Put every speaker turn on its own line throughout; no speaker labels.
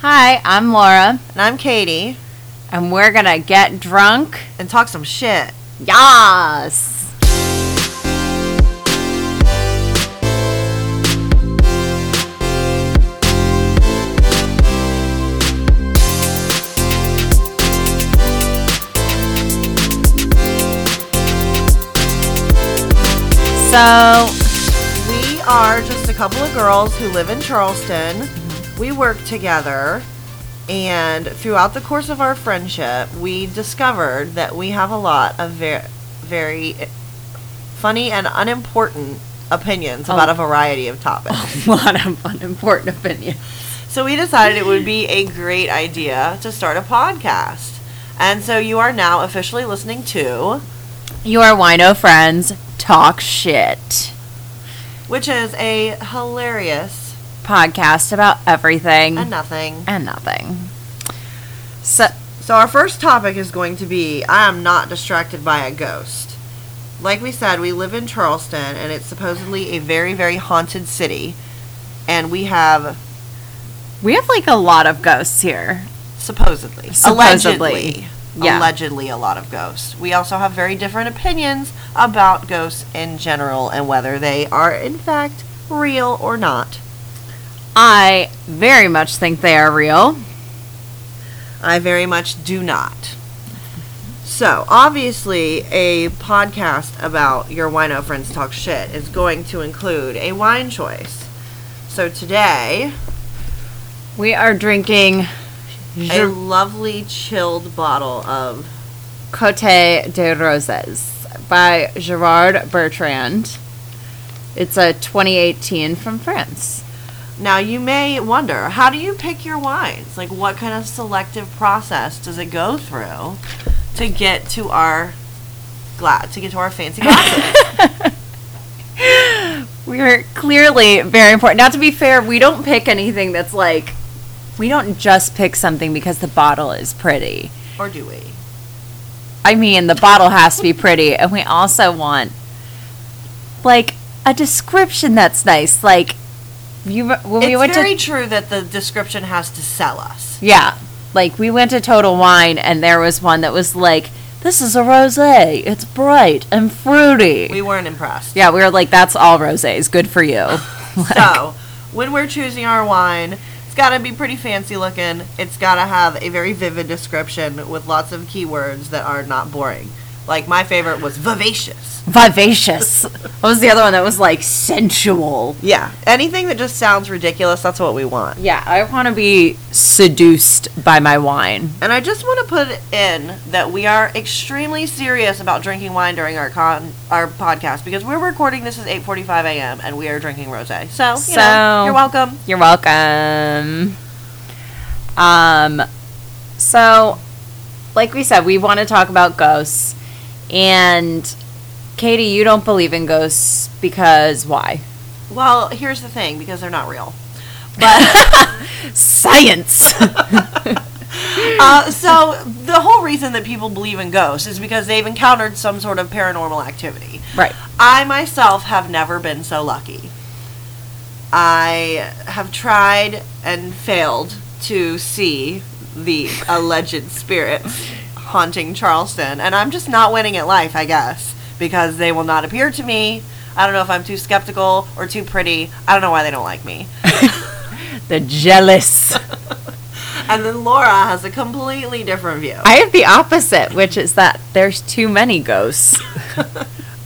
Hi, I'm Laura,
And I'm Katie.
and we're gonna get drunk.
And talk some shit.
Yas! So,
We are just a couple of girls who live in Charleston. We work together. And throughout the course of our friendship, we discovered that we have a lot of very, very funny and unimportant opinions about a variety of topics.
a lot of unimportant opinions.
So we decided it would be a great idea to start a podcast. And so you are now officially listening to,
Your wino friends talk shit.
which is a hilarious
podcast about everything
and nothing.
and nothing. So,
So our first topic is going to be I am not distracted by a ghost. Like we said, we live in Charleston and it's supposedly a very very haunted city. And we have
we have like a lot of ghosts here.
supposedly,
Supposedly.
allegedly
Yeah.
allegedly a lot of ghosts. We also have very different opinions about ghosts in general and whether they are in fact real or not.
I very much think they are real.
I very much do not. So, obviously, a podcast about your wino friends talk shit is going to include a wine choice. So, today,
We are drinking
a
Je-
lovely chilled bottle of.
Cote de Roses by Gerard Bertrand. It's a 2018 from France.
Now, you may wonder, how do you pick your wines? Like, what kind of selective process does it go through to get to our gla- to get to our fancy glasses?
We are clearly very important. Now, to be fair, we don't pick anything that's like, we don't just pick something because the bottle is pretty.
or do we?
I mean, the bottle has to be pretty, and we also want like a description that's nice. Like you when we
it's
went
very
to
true that the description has to sell us.
yeah, like we went to Total Wine, and there was one that was like, "This is a rosé. It's bright and fruity."
We weren't impressed.
yeah, we were like, "That's all rosés. Good for you."
So, when we're choosing our wine, it's got to be pretty fancy looking. It's got to have a very vivid description with lots of keywords that are not boring. Like my favorite was vivacious.
Vivacious. what was the other one that was like sensual?
Yeah, anything that just sounds ridiculous, that's what we want.
Yeah, I want to be seduced by my wine.
And I just want to put in that we are extremely serious about drinking wine during our con- our podcast because we're recording this is 8:45 a.m. and we are drinking rosé. So, you
So-
know, you're welcome.
You're welcome. Um, so, like we said, we want to talk about ghosts. And Katie, you don't believe in ghosts because why?
Well, here's the thing because they're not real.
Science.
Uh, so the whole reason that people believe in ghosts is because they've encountered some sort of paranormal activity.
right.
I myself have never been so lucky. I have tried and failed to see the alleged spirits haunting Charleston, and I'm just not winning at life, I guess, because they will not appear to me. I don't know if I'm too skeptical or too pretty. I don't know why they don't like me.
The jealous.
And then Laura has a completely different view.
I have the opposite, which is that there's too many ghosts.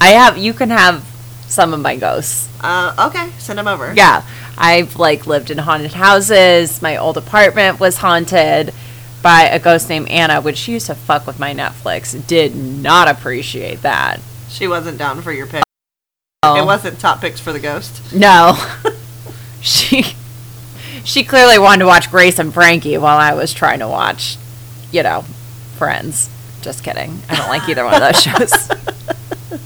I have, you can have some of my ghosts.
Uh, okay, send them over.
Yeah. I've like lived in haunted houses. My old apartment was haunted by a ghost named Anna, which she used to fuck with my Netflix. Did not appreciate that.
She wasn't down for your pick. It
Oh,
wasn't top picks for the ghost.
no. she she clearly wanted to watch Grace and Frankie while I was trying to watch, you know, Friends. Just kidding. I don't like either one of those shows.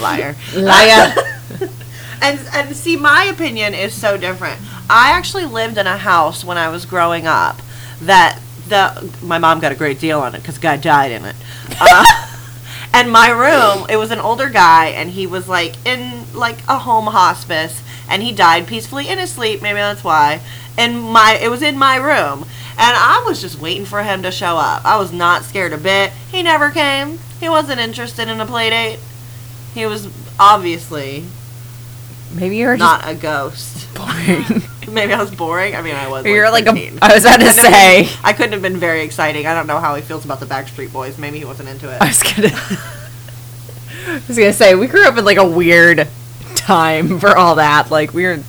Liar.
Liar.
and and see, my opinion is so different. I actually lived in a house when I was growing up that the my mom got a great deal on it because a guy died in it. Uh, and my room, it was an older guy, and he was like in like a home hospice, and he died peacefully in his sleep. Maybe that's why. And my it was in my room, and I was just waiting for him to show up. I was not scared a bit. He never came. He wasn't interested in a play date. He was obviously
Maybe you were
not a ghost.
just boring.
Maybe I was boring. I mean, I was.
You're like
13.
a. I was about to say.
I couldn't have been very exciting. I don't know how he feels about the Backstreet Boys. Maybe he wasn't into
I
it.
was gonna. I was gonna say we grew up in like a weird time for all that. Like we were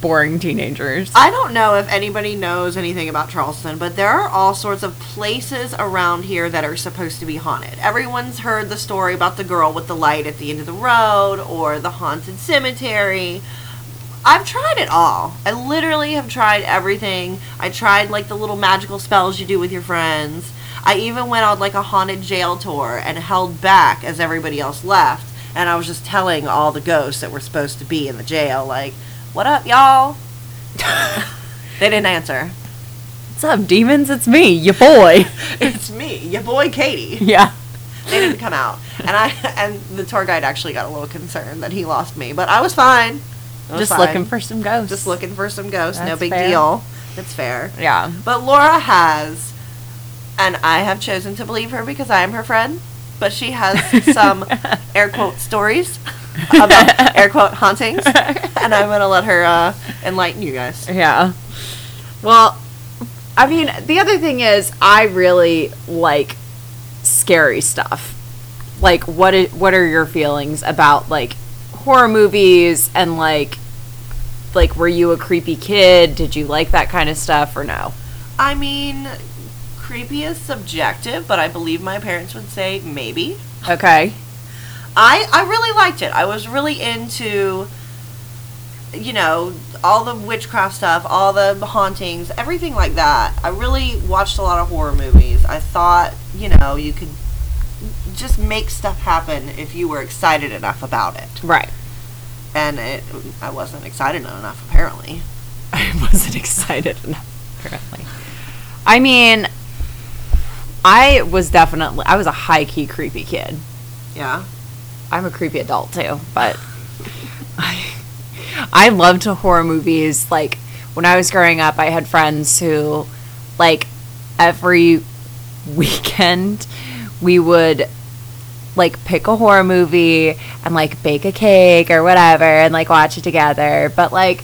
boring teenagers.
I don't know if anybody knows anything about Charleston, but there are all sorts of places around here that are supposed to be haunted. Everyone's heard the story about the girl with the light at the end of the road or the haunted cemetery. I've tried it all. I literally have tried everything. I tried like the little magical spells you do with your friends. I even went on like a haunted jail tour and held back as everybody else left. And I was just telling all the ghosts that were supposed to be in the jail, like, what up, y'all? They didn't answer.
What's up, demons? It's me, your boy.
It's me, your boy Katie.
yeah.
They didn't come out, and I and the tour guide actually got a little concerned that he lost me, but I was fine. I was
Just
fine.
looking for some ghosts.
just looking for some ghosts. no
That's
big
fair.
deal. That's fair.
Yeah.
But Laura has, and I have chosen to believe her because I am her friend. But she has some air quote stories about air quote hauntings, and I'm gonna let her uh, enlighten you guys.
Yeah. Well, I mean, the other thing is I really like scary stuff. Like what i- what are your feelings about like horror movies and like like were you a creepy kid? Did you like that kind of stuff or no?
I mean, creepy is subjective, but I believe my parents would say maybe.
Okay.
I, I really liked it. I was really into, you know, all the witchcraft stuff, all the hauntings, everything like that. I really watched a lot of horror movies. I thought, you know, you could just make stuff happen if you were excited enough about it.
Right.
And it, I wasn't excited enough, apparently.
I wasn't excited enough, apparently. I mean, I was definitely I was a high key creepy kid.
Yeah.
I'm a creepy adult too, but I I loved horror movies. Like when I was growing up, I had friends who like every weekend we would like pick a horror movie and like bake a cake or whatever and like watch it together. But like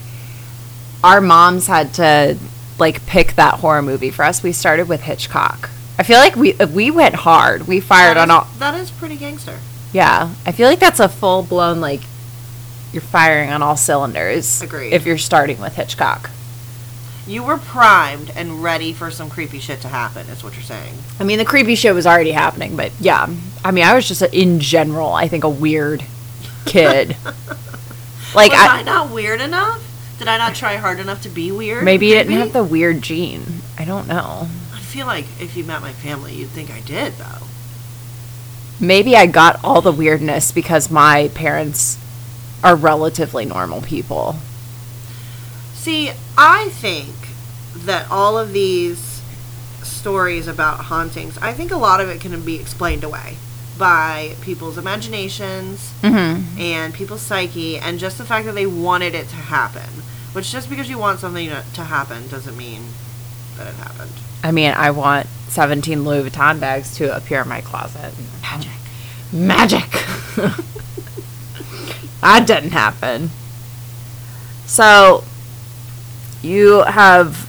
our moms had to like pick that horror movie for us. We started with Hitchcock. I feel like we we went hard. We fired on
That is-
all
That is pretty gangster.
yeah, I feel like that's a full blown like you're firing on all cylinders.
Agreed.
If you're starting with Hitchcock,
You were primed and ready for some creepy shit to happen, is what you're saying.
I mean the creepy shit was already happening, but yeah, I mean I was just a, in general I think a weird kid. like
was I,
I,
not weird enough? Did I not try hard enough to be weird?
maybe I didn't have the weird gene. I don't know.
I feel like if you met my family, you'd think I did, though.
Maybe I got all the weirdness because my parents are relatively normal people.
See, I think that all of these stories about hauntings, I think a lot of it can be explained away by people's imaginations
Mm-hmm.
and people's psyche and just the fact that they wanted it to happen. Which just because you want something to to happen doesn't mean that it happened.
I mean, I want 17 Louis Vuitton bags to appear in my closet. Magic. Magic. that didn't happen. So, you have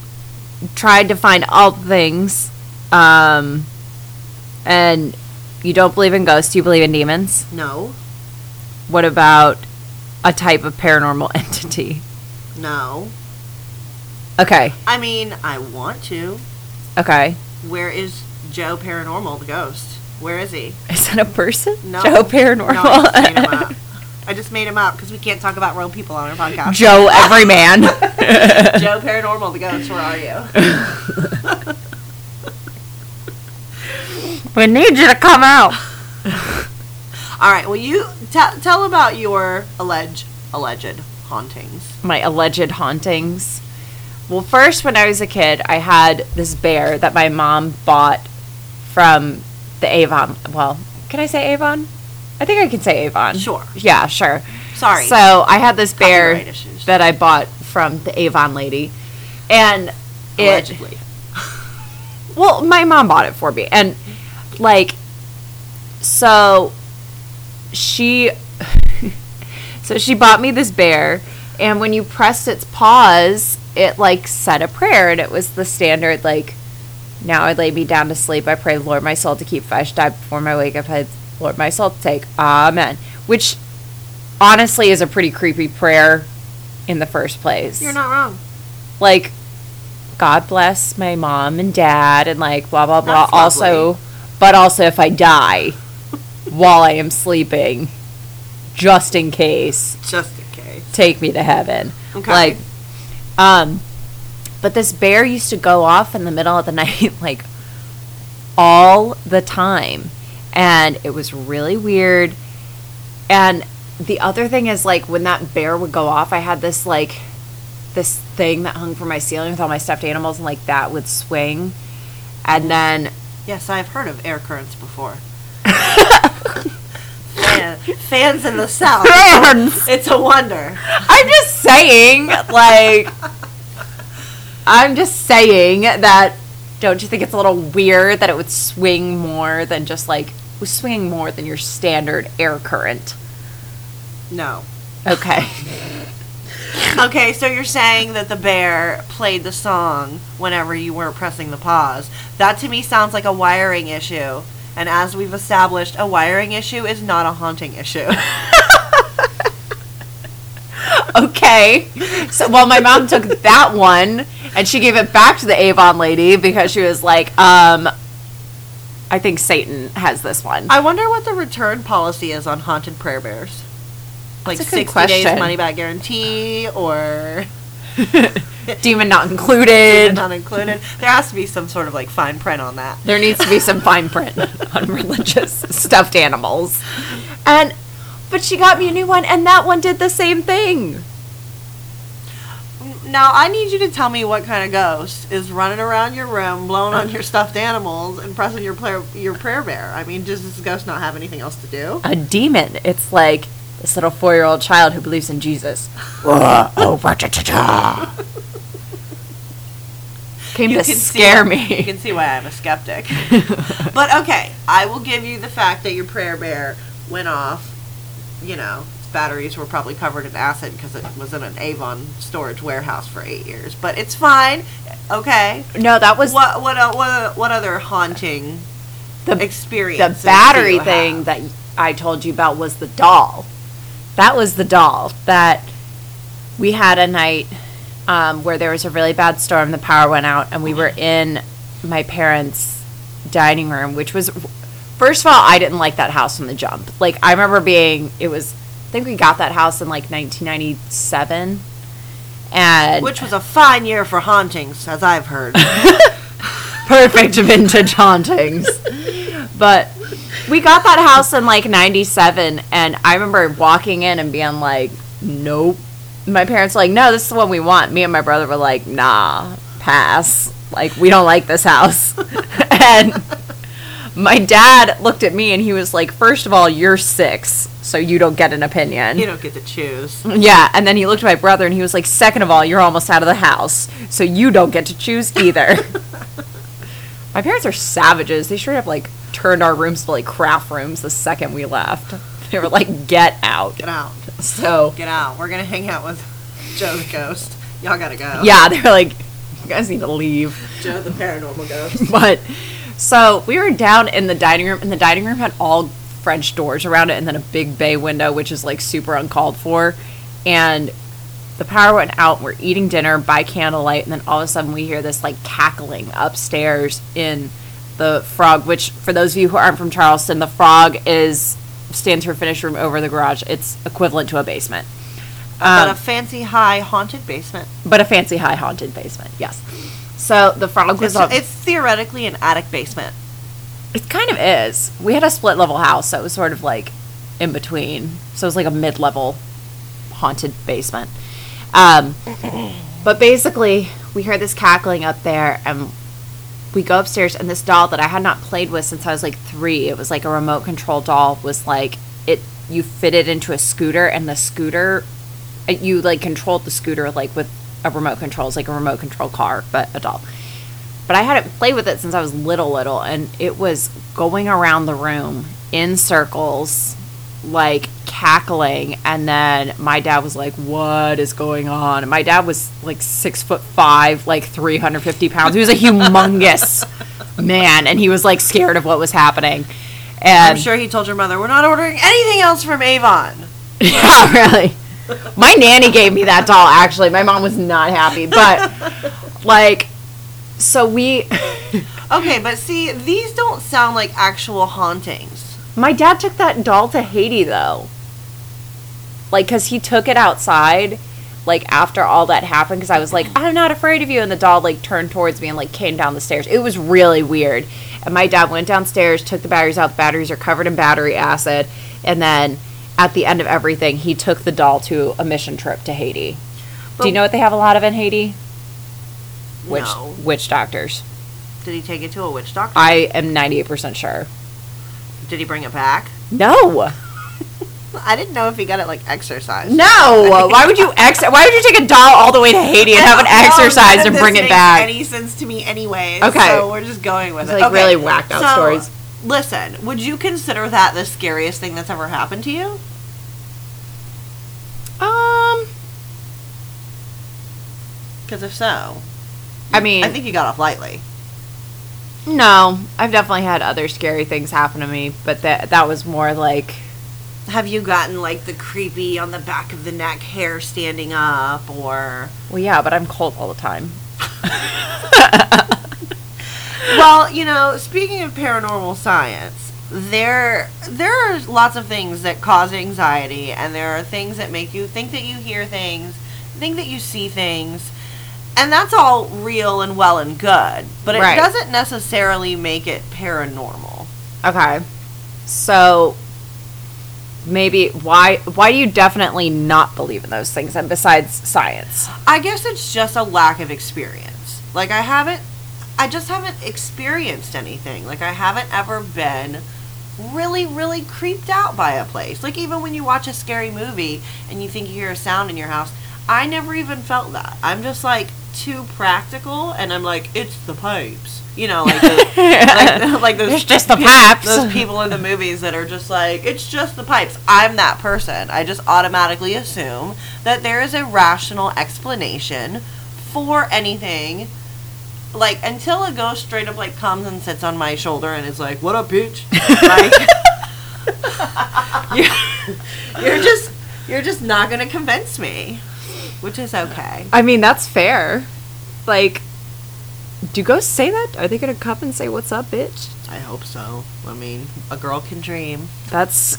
tried to find all things, um, and you don't believe in ghosts, you believe in demons.
No,
What about a type of paranormal entity?
no.
Okay,
I mean, I want to.
okay.
Where is Joe Paranormal, the ghost? Where is he?
Is that a person?
No.
Joe
No, I just made him
Paranormal.
up. I just made him up because we can't talk about real people on our podcast.
Joe Everyman.
Joe Paranormal, the ghost, where are you?
We need you to come out.
All right, well, you t- tell about your alleged, alleged hauntings.
My alleged hauntings. Well, first, when I was a kid, I had this bear that my mom bought from the Avon. Well, can I say Avon? I think I can say Avon.
Sure.
Yeah, sure.
Sorry.
So I had this bear.
Copyright issues. changed.
that I bought from the Avon lady. And it,
allegedly.
well, my mom bought it for me. And like so she so she bought me this bear and when you pressed its paws, it like said a prayer and it was the standard like now I lay me down to sleep. I pray, Lord, my soul to keep fresh. Die before my wake up head. Lord, my soul to take. Amen. Which honestly is a pretty creepy prayer in the first place
You're not wrong.
like god bless my mom and dad and like blah blah blah
That's
also
lovely.
but also if i die while i am sleeping just in case
Just in case.
take me to heaven
Okay.
like um but this bear used to go off in the middle of the night like all the time and it was really weird and the other thing is like when that bear would go off i had this like this thing that hung from my ceiling with all my stuffed animals and like that would swing and then
Yes, I've heard of air currents before. Fan- Fans in the south.
Fans!
It's a wonder.
i'm just saying like i'm just saying that don't you think it's a little weird that it would swing more than just like was swinging more than your standard air current
No.
okay
Okay, so you're saying that the bear played the song whenever you weren't pressing the pause. That to me sounds like a wiring issue. And as we've established, a wiring issue is not a haunting issue.
okay. So, well, my mom took that one and she gave it back to the Avon lady because she was like, um, I think Satan has this one.
I wonder what the return policy is on haunted prayer bears. Like
That's a good
60
question.
days money back guarantee or
Demon not included.
not included. There has to be some sort of like fine print on that.
There needs to be some fine print on religious stuffed animals. And, but she got me a new one and that one did the same thing.
Now I need you to tell me what kind of ghost is running around your room, blowing on your stuffed animals, and pressing your prayer your prayer bear. I mean, does this ghost not have anything else to do?
A demon. It's like this little four year old child who believes in Jesus. Ugh, oh, wa-cha-cha-cha. Came to scare
see, You
me.
can see why I'm a skeptic. but okay, I will give you the fact that your prayer bear went off. You know, its batteries were probably covered in acid because it was in an Avon storage warehouse for eight years. But it's fine. Okay.
No, that was
What what o- what what other haunting
The- the
experience?
battery thing that I told you about was the doll. That was the doll that we had a night um, where there was a really bad storm. The power went out, and we were in my parents' dining room, which was first of all, I didn't like that house from the jump. Like I remember being, it was. I think we got that house in like 1997, and
Which was a fine year for hauntings, as I've heard.
perfect vintage hauntings. but we got that house in like 97 and I remember walking in and being like, "Nope." My parents were like, "No, this is the one we want." Me and my brother were like, "Nah, pass." Like, we don't like this house. and my dad looked at me and he was like, First of all, you're six, so you don't get an opinion.
you don't get to choose.
Yeah, and then he looked at my brother and he was like, Second of all, you're almost out of the house, so you don't get to choose either. my parents are savages. They straight up like turned our rooms to like craft rooms the second we left. They were like, Get out.
Get out.
So,
Get out. We're gonna hang out with Joe the ghost. Y'all gotta go.
yeah, they were like, You guys need to leave.
Joe the paranormal ghost.
But so we were down in the dining room, and the dining room had all French doors around it and then a big bay window, which is like super uncalled for. And the power went out. We're eating dinner by candlelight, and then all of a sudden we hear this like cackling upstairs in the frog. Which, for those of you who aren't from Charleston, the frog is stands for finished room over the garage. It's equivalent to a basement, Um,
But a fancy high haunted basement.
but a fancy high haunted basement. Yes. So the frog was
It's,
on.
it's theoretically an attic basement.
It kind of is. We had a split level house, so it was sort of like in between. So it was like a mid level haunted basement. Um, but basically, we heard this cackling up there, and we go upstairs, and this doll that I had not played with since I was like three, it was like a remote control doll, was like it. You fit it into a scooter, and the scooter uh, you like controlled the scooter like with a remote control. It's like a remote control car, but adult. But I hadn't played with it since I was little, little, and it was going around the room in circles, like cackling. And then my dad was like, "What is going on?" And my dad was like six foot five, like three hundred fifty pounds. He was a humongous man, and he was like scared of what was happening. And
I'm sure he told your mother, "We're not ordering anything else from Avon."
yeah, really. My nanny gave me that doll, actually. My mom was not happy. But, like, so we.
Okay, but see, these don't sound like actual hauntings.
My dad took that doll to Haiti, though. Like, because he took it outside, like, after all that happened, because I was like, I'm not afraid of you. And the doll, like, turned towards me and, like, came down the stairs. It was really weird. And my dad went downstairs, took the batteries out. The batteries are covered in battery acid. And then at the end of everything, he took the doll to a mission trip to Haiti. Do you
But-
know what they have a lot of in Haiti? Witch,
No.
witch doctors.
Did he take it to a witch doctor?
I am 98% sure.
Did he bring it back?
No.
I didn't know if he got it like exercise.
No, why would you ex? Why would you take a doll all the way to Haiti and have an exercise and bring it back?
Any sense to me, anyway?
Okay.
so we're just going with
It's
it.
like
Okay,
really whacked out
so,
stories.
Listen, would you consider that the scariest thing that's ever happened to you?
Um,
Because if so,
I mean,
I think you got off lightly.
no, I've definitely had other scary things happen to me, but that that was more like
Have you gotten like the creepy on the back of the neck hair standing up, or
well, yeah, but I'm cold all the time.
Well, you know, speaking of paranormal science, there there are lots of things that cause anxiety and there are things that make you think that you hear things, think that you see things. And that's all real and well and good, but it
Right.
doesn't necessarily make it paranormal.
Okay, so maybe why why do you definitely not believe in those things? And besides science,
I guess it's just a lack of experience. Like I haven't I just haven't experienced anything. Like I haven't ever been really really creeped out by a place. Like even when you watch a scary movie and you think you hear a sound in your house, I never even felt that. I'm just like too practical and I'm like it's the pipes. You know, like those, like, like those
it's just the
pe-
paps.
Those people in the movies that are just like, it's just the pipes. I'm that person. I just automatically assume that there is a rational explanation for anything. Like until a ghost straight up like comes and sits on my shoulder and is like, "What up, bitch?" Like, you're, you're just you're just not gonna convince me, which is okay.
I mean, that's fair. Like, do ghosts say that? Are they gonna come and say, "What's up, bitch"?
I hope so. I mean, a girl can dream.
That's,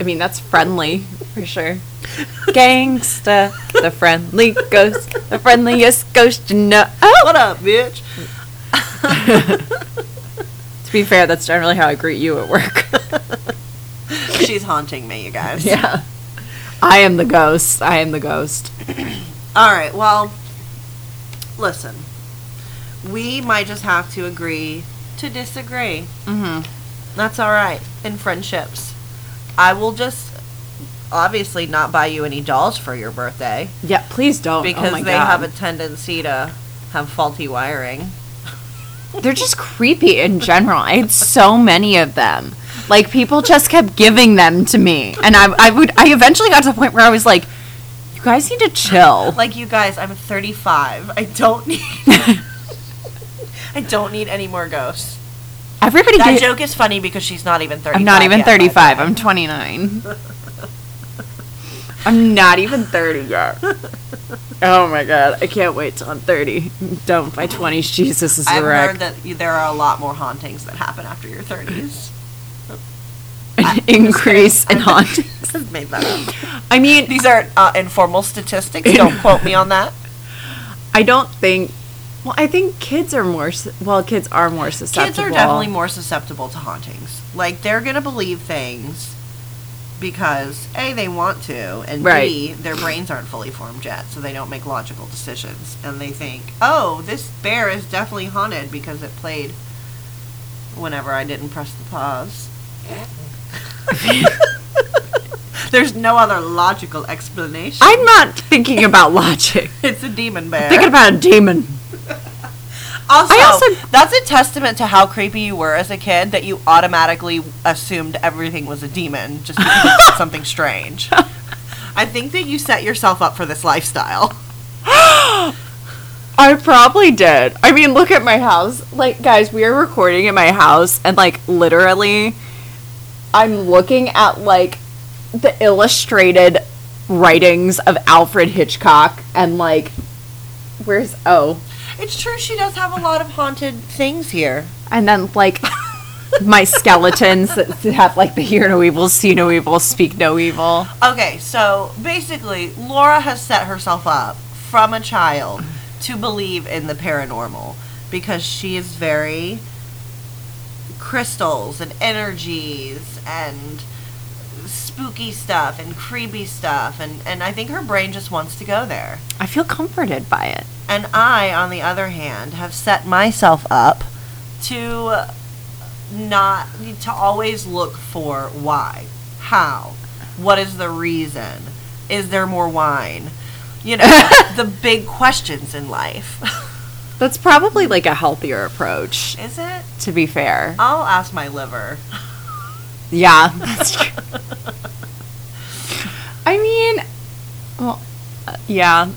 I mean, that's friendly for sure. Gangsta, the friendly ghost, the friendliest ghost you know. Oh!
What up, bitch?
To be fair, that's generally how I greet you at work.
She's haunting me, you guys.
yeah, I am the ghost. I am the ghost.
All right. Well, listen. We might just have to agree to disagree.
Mm-hmm.
That's all right in friendships. I will just obviously not buy you any dolls for your birthday
Yeah, please don't.
because
oh my
they
God.
have a tendency to have faulty wiring.
They're just creepy in general. I had so many of them. Like people just kept giving them to me, and I, I would. I eventually got to the point where I was like, "You guys need to chill."
Like you guys, I'm 35. I don't need I don't need any more ghosts.
Everybody,
That
gave-
joke is funny because she's not even 35.
I'm not even
yet, by the way.
35. I'm 29. I'm not even 30 yet. Oh my god, I can't wait till I'm 30. Don't by 20s. Jesus is
I've
a wreck.
heard that y- there are a lot more hauntings that happen after your 30s.
An increase in
I'm-
haunt.
I've made that up.
I mean,
These are uh, informal statistics. Don't quote me on that.
I don't think. Well, I think kids are more. s- Well, kids are more susceptible.
Kids are definitely more susceptible to hauntings. Like they're gonna believe things because a they want to, and b
Right.
their brains aren't fully formed yet, so they don't make logical decisions, and they think, oh, this bear is definitely haunted because it played whenever I didn't press the pause. There's no other logical explanation.
I'm not thinking about logic.
it's a demon bear.
Thinking about a demon.
Also,
I also-
that's a testament to how creepy you were as a kid that you automatically assumed everything was a demon just because you did something strange. I think that you set yourself up for this lifestyle.
I probably did. I mean, look at my house. Like, guys, we are recording at my house, and like, literally, I'm looking at like the illustrated writings of Alfred Hitchcock, and like, where's oh,
It's true she does have a lot of haunted things here.
and then like my skeletons that have like the hear no evil, see no evil, speak no evil.
Okay, so basically, Laura has set herself up from a child to believe in the paranormal because she is very crystals and energies and spooky stuff and creepy stuff and, and I think her brain just wants to go there.
I feel comforted by it.
And I, on the other hand, have set myself up to not to always look for why, how, what is the reason? Is there more wine? You know, the big questions in life.
That's probably like a healthier approach,
Is it?
to be fair.
I'll ask my liver.
Yeah, that's true. I mean, well, uh, yeah,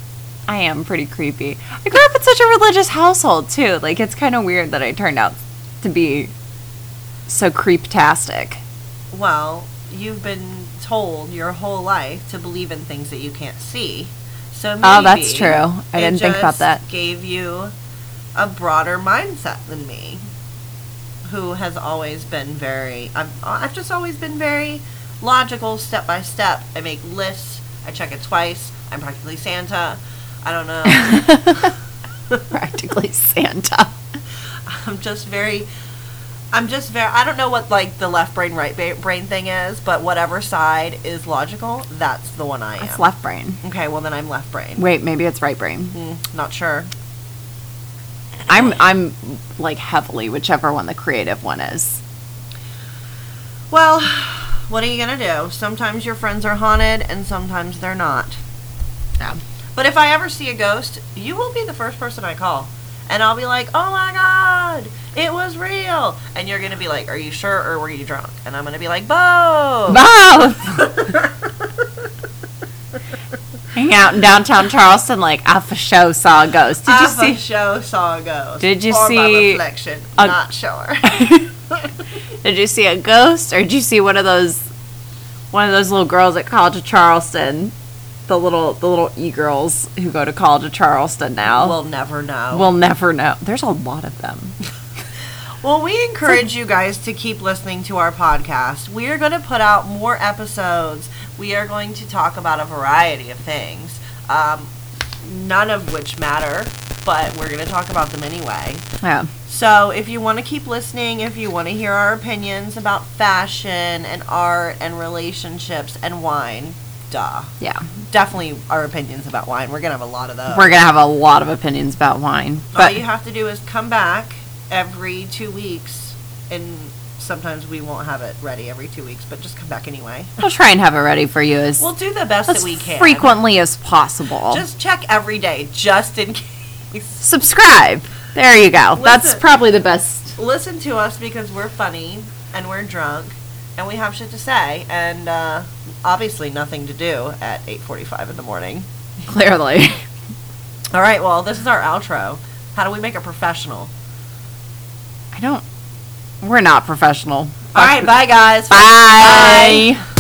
I am pretty creepy. I grew up in such a religious household too. Like, it's kind of weird that I turned out to be so creeptastic.
Well, you've been told your whole life to believe in things that you can't see. So maybe
Oh, that's true. I
it
didn't think about
just
that.
Gave you a broader mindset than me, who has always been very. I've I've just always been very logical, step by step. I make lists. I check it twice. I'm practically Santa. I don't know.
Practically Santa.
I'm just very. I'm just very. I don't know what like the left brain, right ba- brain thing is, but whatever side is logical, that's the one I am.
That's left brain.
Okay, well then I'm left brain.
Wait, maybe it's right brain.
Mm, not sure.
I'm I'm like heavily whichever one the creative one is.
Well, what are you gonna do? Sometimes your friends are haunted, and sometimes they're not.
Yeah.
But if I ever see a ghost, you will be the first person I call, and I'll be like, "Oh my god, it was real," and you're gonna be like, "Are you sure, or were you drunk?" And I'm gonna be like, "Bo."
Both. Hang out in downtown Charleston, like I for show saw a ghost. Did you
I
see?
for sure saw a ghost.
Did you
or
see
My reflection.
a-
Not sure.
Did you see a ghost, or did you see one of those, one of those little girls at College of Charleston, the little the little e girls who go to College of Charleston now?
we'll never know.
Oh. we'll never know. There's a lot of them.
Well, we encourage you guys to keep listening to our podcast. We are going to put out more episodes. We are going to talk about a variety of things, um, none of which matter, but we're going to talk about them anyway.
Yeah.
So, if you want to keep listening, if you want to hear our opinions about fashion and art and relationships and wine, duh.
Yeah.
Definitely our opinions about wine. We're going to have a lot of those.
We're gonna have a lot of opinions about wine,
All
but
you have to do is come back every two weeks, and sometimes we won't have it ready every two weeks, but just come back anyway.
we'll try and have it ready for you as,
We'll do the best
as
that we can.
frequently as possible.
Just check every day, just in case.
subscribe. There you go. That's
Listen.
probably the best.
Listen to us because we're funny and we're drunk and we have shit to say and uh, obviously nothing to do at 8.45 in the morning.
Clearly,
All right, well, this is our outro. How do we make it professional?
I don't. We're not professional.
All right, bye, guys.
Bye.
Bye.